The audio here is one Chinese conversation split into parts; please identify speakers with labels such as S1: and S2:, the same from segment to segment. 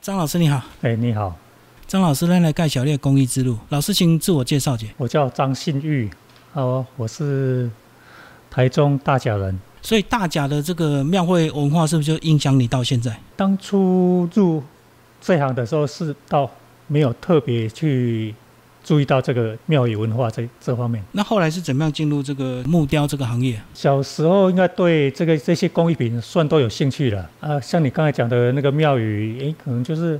S1: 张老师你好，
S2: 哎、你好，
S1: 张老师咱来介绍你的公益之路。老师请自我介绍者。
S2: 我叫张信玉，哦，我是台中大甲人。
S1: 所以大甲的这个庙会文化是不是就影响你到现在？
S2: 当初入这行的时候是到没有特别去注意到这个庙宇文化这这方面。
S1: 那后来是怎么样进入这个木雕这个行业？
S2: 小时候应该对这个这些工艺品算都有兴趣了啊，像你刚才讲的那个庙宇，诶，可能就是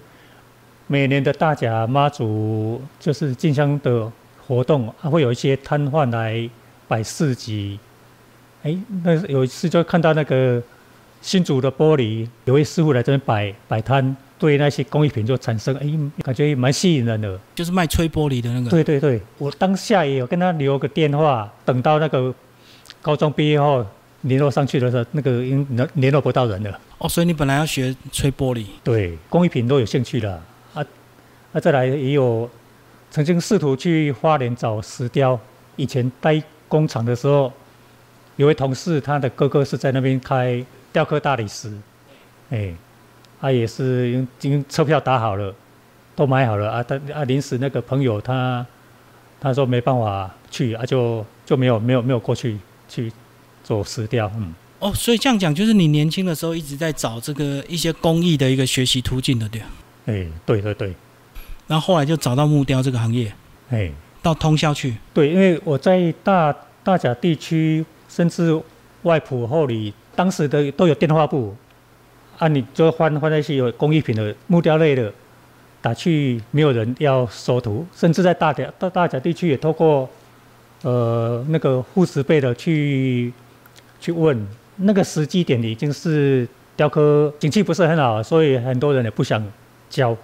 S2: 每年的大甲妈祖就是进香的活动，啊、会有一些摊贩来摆市集。诶，那有一次就看到那个新竹的玻璃，有位师傅来这边摆摆摊，对那些工艺品就产生诶，感觉蛮吸引人的。
S1: 就是卖吹玻璃的那个。
S2: 对对对，我当下也有跟他留个电话，等到那个高中毕业后联络上去的时候，那个已经联联络不到人了。
S1: 哦，所以你本来要学吹玻璃，
S2: 对，工艺品都有兴趣了啊啊！再来也有曾经试图去花莲找石雕，以前待工厂的时候，有位同事他的哥哥是在那边开雕刻大理石，哎，他、也是已经已经车票打好了，都买好了啊，他啊临时那个朋友他他说没办法去啊就，就没有没有没有过去去做石雕，嗯。
S1: 哦，所以这样讲就是你年轻的时候一直在找这个哦一些工艺的一个学习途径的，对吧。
S2: 哎，对对对，
S1: 然后后来就找到木雕这个行业，
S2: 哎，
S1: 到通宵去。
S2: 对，因为我在大大甲地区，甚至外埔、后里，当时的都有电话簿，啊，你就换换那些有工艺品的木雕类的，打去没有人要收徒，甚至在大甲大大甲地区也透过呃那个护士辈的去去问，那个时机点已经是雕刻景气不是很好，所以很多人也不想教。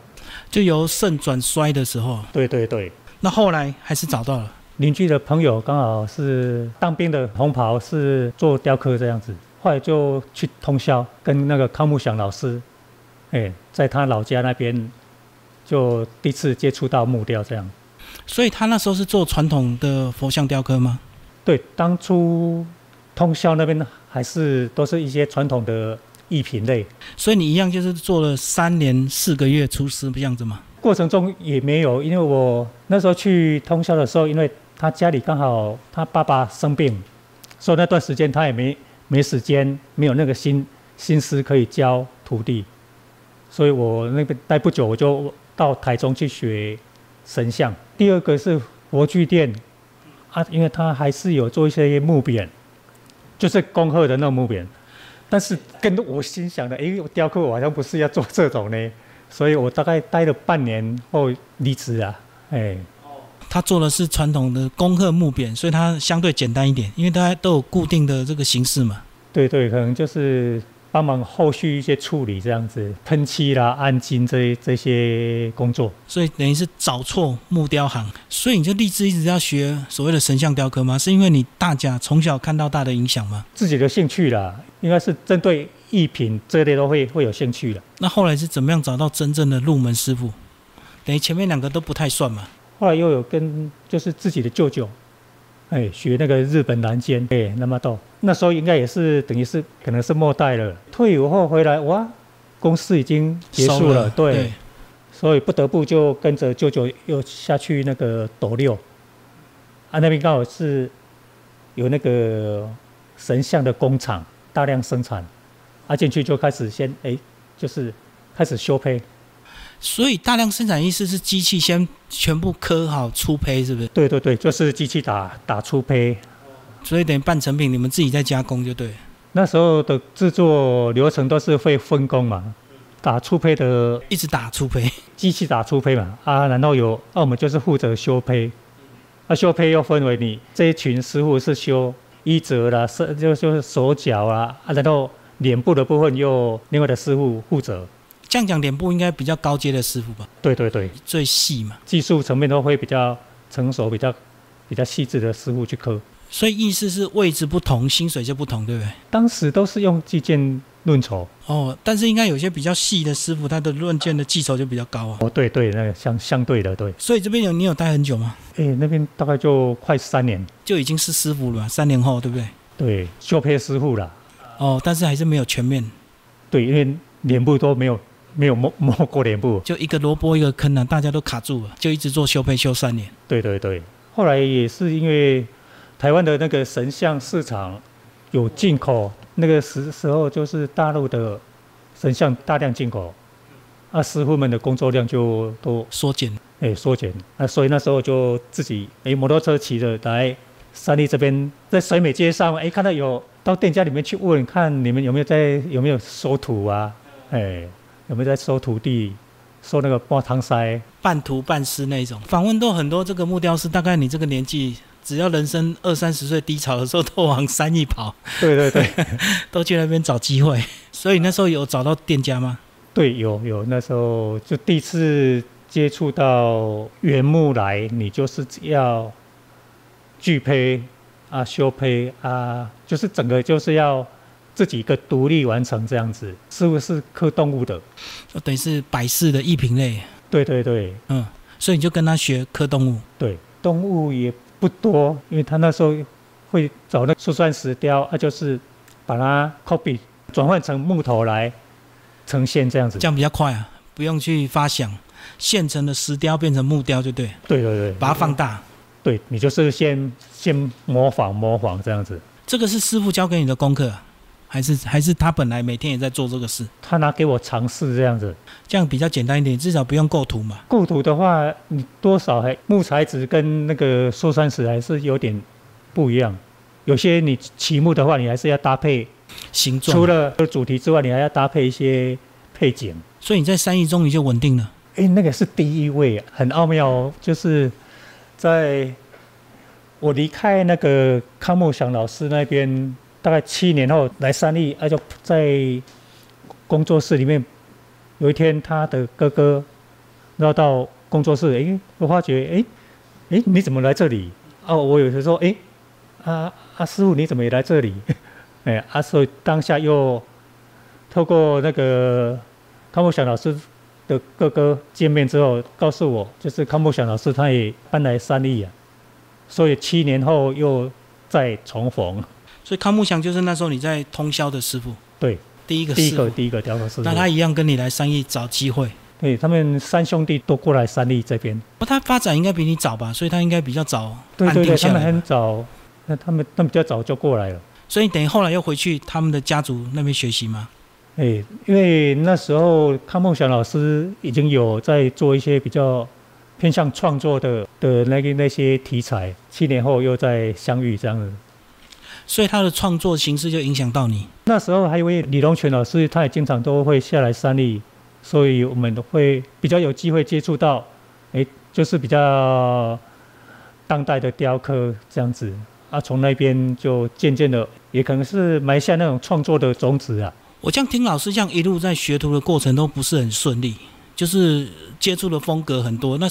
S1: 就由盛转衰的时候，
S2: 对对对。
S1: 那后来还是找到了。
S2: 邻居的朋友刚好是当兵的同袍，是做雕刻这样子，后来就去通宵，跟那个康木祥老师，哎，在他老家那边就第一次接触到木雕这样。
S1: 所以他那时候是做传统的佛像雕刻吗？
S2: 对，当初通宵那边还是都是一些传统的艺品类，
S1: 所以你一样就是做了三年四个月厨师这样子嘛。
S2: 过程中也没有，因为我那时候去通宵的时候，因为他家里刚好他爸爸生病，所以那段时间他也没没时间，没有那个心心思可以教徒弟，所以我那边待不久，我就到台中去学神像。第二个是佛具店，啊，因为他还是有做一些木匾，就是恭贺的那种木匾，但是跟我心想的，诶，我雕刻我好像不是要做这种呢。所以我大概待了半年后离职啊，哎，
S1: 他做的是传统的恭贺木匾，所以它相对简单一点，因为大家都有固定的这个形式嘛。
S2: 对对，可能就是帮忙后续一些处理这样子，喷漆啦、按金这这些工作。
S1: 所以等于是找错木雕行，所以你就立志一直要学所谓的神像雕刻吗？是因为你大家从小看到大的影响吗？
S2: 自己的兴趣啦，应该是针对艺品这类都会会有兴趣的。
S1: 那后来是怎么样找到真正的入门师傅？等于前面两个都不太算嘛。
S2: 后来又有跟就是自己的舅舅，哎，学那个日本南间，哎，那么到那时候应该也是等于是可能是末代了。退伍后回来，哇，公司已经结
S1: 收
S2: 束了，对，
S1: 对，
S2: 所以不得不就跟着舅舅又下去那个斗六，啊，那边刚好是有那个神像的工厂，大量生产，啊，进去就开始先哎，就是开始修胚，
S1: 所以大量生产意思是机器先全部刻好出胚，是不是？
S2: 对对对，就是机器打打出胚，
S1: 所以等于半成品你们自己再加工就对了。
S2: 那时候的制作流程都是会分工嘛，打粗胚的
S1: 一直打出胚，
S2: 机器打粗胚嘛，啊，然后有，啊，我们就是负责修胚，啊，修胚又分为你这一群师傅是修衣褶啦，是就就是手脚啦，啊，然后脸部的部分又另外的师傅负责，
S1: 这样讲脸部应该比较高阶的师傅吧，
S2: 对对对，
S1: 最细嘛。
S2: 技术层面都会比较成熟、比较比较细致的师傅去刻。
S1: 所以意思是位置不同，薪水就不同，对不对？
S2: 当时都是用计件论酬，
S1: 哦，但是应该有些比较细的师傅，他的论剑的技巧就比较高啊。
S2: 哦，对对，那个相相对的，对，
S1: 所以这边有你有待很久吗？
S2: 哎，那边大概就快三年。
S1: 就已经是师傅了嘛，三年后对不对？
S2: 对，修配师傅啦，
S1: 哦，但是还是没有全面。
S2: 对，因为脸部都没有没有摸摸过脸部。
S1: 就一个萝卜一个坑啊，大家都卡住了，就一直做修配修三年。
S2: 对对对，后来也是因为台湾的那个神像市场有进口，那个时时候就是大陆的神像大量进口，啊，师傅们的工作量就都
S1: 缩减，
S2: 哎缩减，啊，所以那时候就自己哎摩托车骑着来山里这边，在水美街上哎看到有到店家里面去问，看你们有没有在有没有收土啊，哎有没有在收土地，收那个挖汤塞，
S1: 半途半失那一种。访问到很多这个木雕师，大概你这个年纪，只要人生二三十岁低潮的时候，都往山一跑，
S2: 对对对。
S1: 都去那边找机会。 所以那时候有找到店家吗？
S2: 对，有有，那时候就第一次接触到原木来，你就是要锯胚啊、修胚啊，就是整个就是要自己一个独立完成这样子。师傅是刻动物的，
S1: 就等于是百事的艺品类，
S2: 对对对
S1: 嗯，所以你就跟他学刻动物。
S2: 对，动物也不多，因为他那时候会找那珠算石雕，啊，就是把它 copy 转换成木头来呈现这样子
S1: 这。样比较快啊，不用去发想，现成的石雕变成木雕就对，
S2: 对对对，
S1: 把它放大。
S2: 对你就是先先模仿模仿这样子。
S1: 这个是师傅教给你的功课啊，还是还是他本来每天也在做这个事？
S2: 他拿给我尝试这样子。
S1: 这样比较简单一点，至少不用构图嘛。
S2: 构图的话，你多少还木材质跟那个寿山石还是有点不一样。有些你起木的话，你还是要搭配，
S1: 形状。
S2: 除了主题之外，你还要搭配一些配景。
S1: 所以你在山艺中你就稳定了。
S2: 哎，那个是第一位，很奥妙哦。就是在我离开那个康木祥老师那边，大概七年后来三立，那就在工作室里面。有一天，他的哥哥绕到工作室，哎，我发觉，哎，哎，你怎么来这里？哦，我有时说，哎，啊啊，师傅你怎么也来这里？ 哎，啊，所以当下又透过那个康木祥老师的哥哥见面之后，告诉我，就是康木祥老师他也搬来三立啊，所以七年后又再重逢。
S1: 所以康木祥就是那时候你在通宵的师傅，
S2: 对，
S1: 第一个师
S2: 第一个
S1: 傅。
S2: 第一个雕刻师傅，
S1: 那他一样跟你来山艺找机会。
S2: 对他们三兄弟都过来三立这边，
S1: 不，他发展应该比你早吧，所以他应该比较早
S2: 对
S1: 安
S2: 对
S1: 定
S2: 对，他
S1: 下
S2: 们
S1: 来。
S2: 很早，那他们他们比较早就过来了。
S1: 所以等于后来又回去他们的家族那边学习嘛。
S2: 哎，因为那时候康梦祥老师已经有在做一些比较偏向创作的的那个那些题材，七年后又再相遇这样子。
S1: 所以他的创作形式就影响到你。
S2: 那时候还有一位李龙泉老师，他也经常都会下来山里，所以我们会比较有机会接触到，哎，就是比较当代的雕刻这样子啊。从那边就渐渐的，也可能是埋下那种创作的种子啊。
S1: 我这样听老师这样一路在学徒的过程都不是很顺利，就是接触的风格很多。那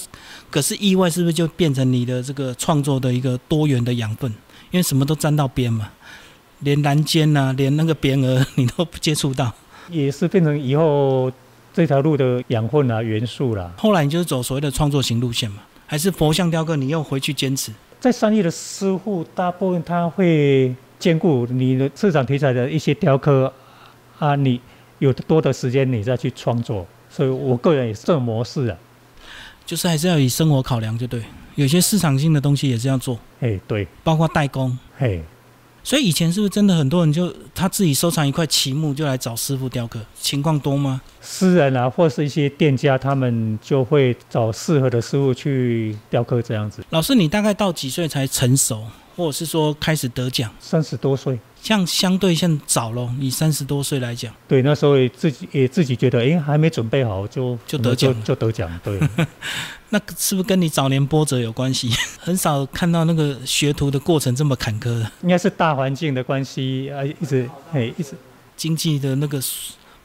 S1: 可是意外是不是就变成你的这个创作的一个多元的养分？因为什么都沾到边嘛，连蓝尖呐、连那个匾额 你都不接触到。
S2: 也是变成以后这条路的养分啊、元素啦。
S1: 后来你就是走所谓的创作型路线嘛，还是佛像雕刻你又回去坚持？
S2: 在商业的师傅，大部分他会兼顾你的市场题材的一些雕刻啊，你有多的时间你再去创作。所以我个人也是这种模式啊。
S1: 就是还是要以生活考量，就对。有些市场性的东西也是要做，
S2: 嘿，对，
S1: 包括代工。
S2: 嘿，
S1: 所以以前是不是真的很多人就他自己收藏一块旗木就来找师傅雕刻？情况多吗？
S2: 私人啊，或是一些店家，他们就会找适合的师傅去雕刻这样子。
S1: 老师，你大概到几岁才成熟，或者是说开始得奖？
S2: 三十多岁，
S1: 像相对现早咯，以三十多岁来讲，
S2: 对，那时候也自己也自己觉得，哎、还没准备好就
S1: 就得奖
S2: 就就得奖，对。
S1: 那是不是跟你早年波折有关系？很少看到那个学徒的过程这么坎坷的，
S2: 应该是大环境的关系啊，一直嘿，一直
S1: 经济的那个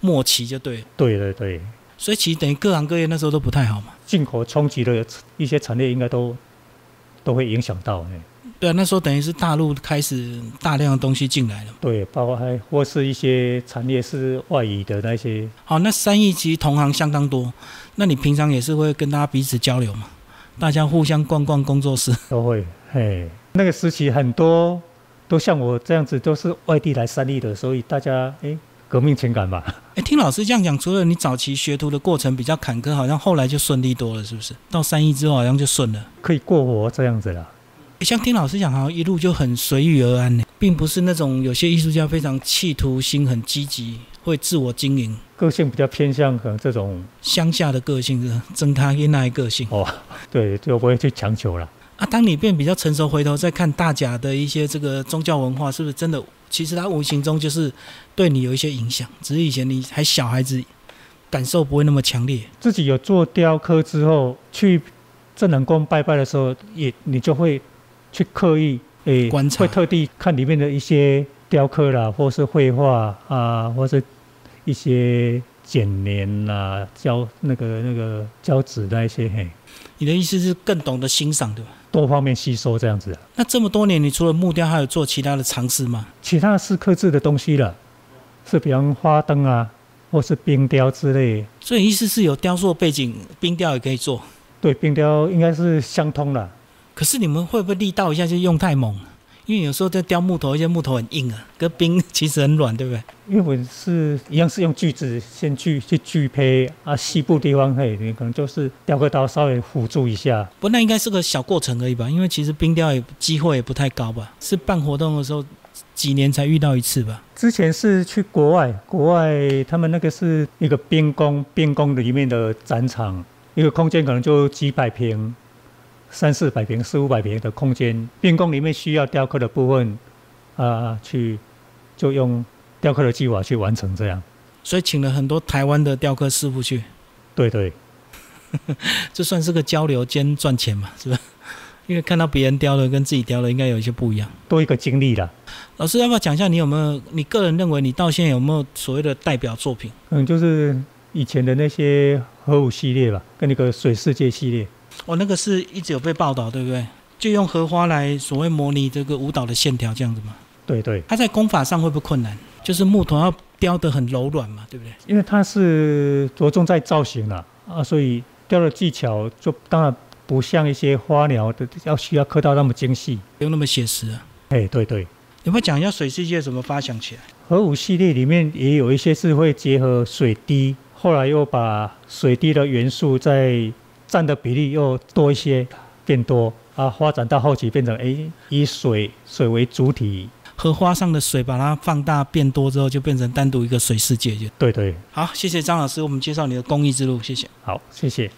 S1: 末期就对了。
S2: 对对对，
S1: 所以其实等于各行各业那时候都不太好嘛。
S2: 进口冲击的一些产业应该都都会影响到哎，
S1: 对啊，那时候等于是大陆开始大量的东西进来了。
S2: 对，包括还或是一些产业是外移的那些，
S1: 好，那三亿其实同行相当多，那你平常也是会跟大家彼此交流嘛？大家互相逛逛工作室，
S2: 都会嘿，那个时期很多都像我这样子，都是外地来三立的，所以大家哎革命情感吧。
S1: 哎，听老师这样讲，除了你早期学徒的过程比较坎坷，好像后来就顺利多了，是不是？到三一之后好像就顺了。
S2: 可以过活这样子了。
S1: 诶像听老师讲，好像一路就很随遇而安呢，并不是那种有些艺术家非常企图心很积极，会自我经营。
S2: 个性比较偏向可能这种
S1: 乡下的个性是真他因那个性
S2: 哦，对，就不会去强求了。
S1: 啊。当你变比较成熟，回头再看大甲的一些这个宗教文化，是不是真的？其实它无形中就是对你有一些影响，只是以前你还小孩子，感受不会那么强烈。
S2: 自己有做雕刻之后，去正南宫拜拜的时候，也你就会去刻意诶、
S1: 观察
S2: 会特地看里面的一些雕刻啦，或是绘画啊，或是一些剪黏啦、胶那个那个胶纸那一些，嘿，
S1: 你的意思是更懂得欣赏，对吧？
S2: 多方面吸收这样子啊。
S1: 那这么多年，你除了木雕，还有做其他的尝试吗？
S2: 其他是刻制的东西了，是比方花灯啊，或是冰雕之类的
S1: 所以意思是有雕塑背景，冰雕也可以做。
S2: 对，冰雕应该是相通了。
S1: 可是你们会不会力道一下就用太猛？因为有时候在雕木头，一些木头很硬啊，跟冰 其实很软，对不对？
S2: 因为我是一样是用锯子先锯去锯胚啊，西部地方嘿，你可能就是雕刻刀稍微辅助一下，
S1: 不，那应该是个小过程而已吧？因为其实冰雕也机会也不太高吧？是办活动的时候几年才遇到一次吧？
S2: 之前是去国外，国外他们那个是一个兵工，兵工里面的展场，一个空间可能就几百平、三四百平、四五百平的空间。兵工里面需要雕刻的部分，啊、去就用雕刻的技法去完成这样。
S1: 所以请了很多台湾的雕刻师傅去，
S2: 对对，
S1: 这算是个交流兼赚钱嘛，是吧？ 因为看到别人雕的跟自己雕的应该有一些不一样。
S2: 多一个经历啦，
S1: 老师要不要讲一下你有没有？你个人认为你到现在有没有所谓的代表作品？
S2: 可能嗯就是以前的那些核武系列吧，跟那个水世界系列。
S1: 哦，那个是一直有被报道，对不对？就用荷花来所谓模拟这个舞蹈的线条这样子嘛。
S2: 对对，
S1: 它在功法上会不会困难？就是木头要雕得很柔软嘛，对不对？
S2: 因为它是着重在造型啦，啊，所以雕的技巧就当然不像一些花鸟的要需要刻到那么精细。
S1: 不用那么写实啊。
S2: 哎，对对，
S1: 你会讲一下水世界怎么发想起来？
S2: 核武系列里面也有一些是会结合水滴，后来又把水滴的元素再占的比例又多一些，变多啊，发展到后期变成哎以水水为主体。
S1: 荷花上的水把它放大变多之后，就变成单独一个水世界就。
S2: 对对，
S1: 好，谢谢张老师，我们介绍你的公益之路，谢谢。
S2: 好，谢谢。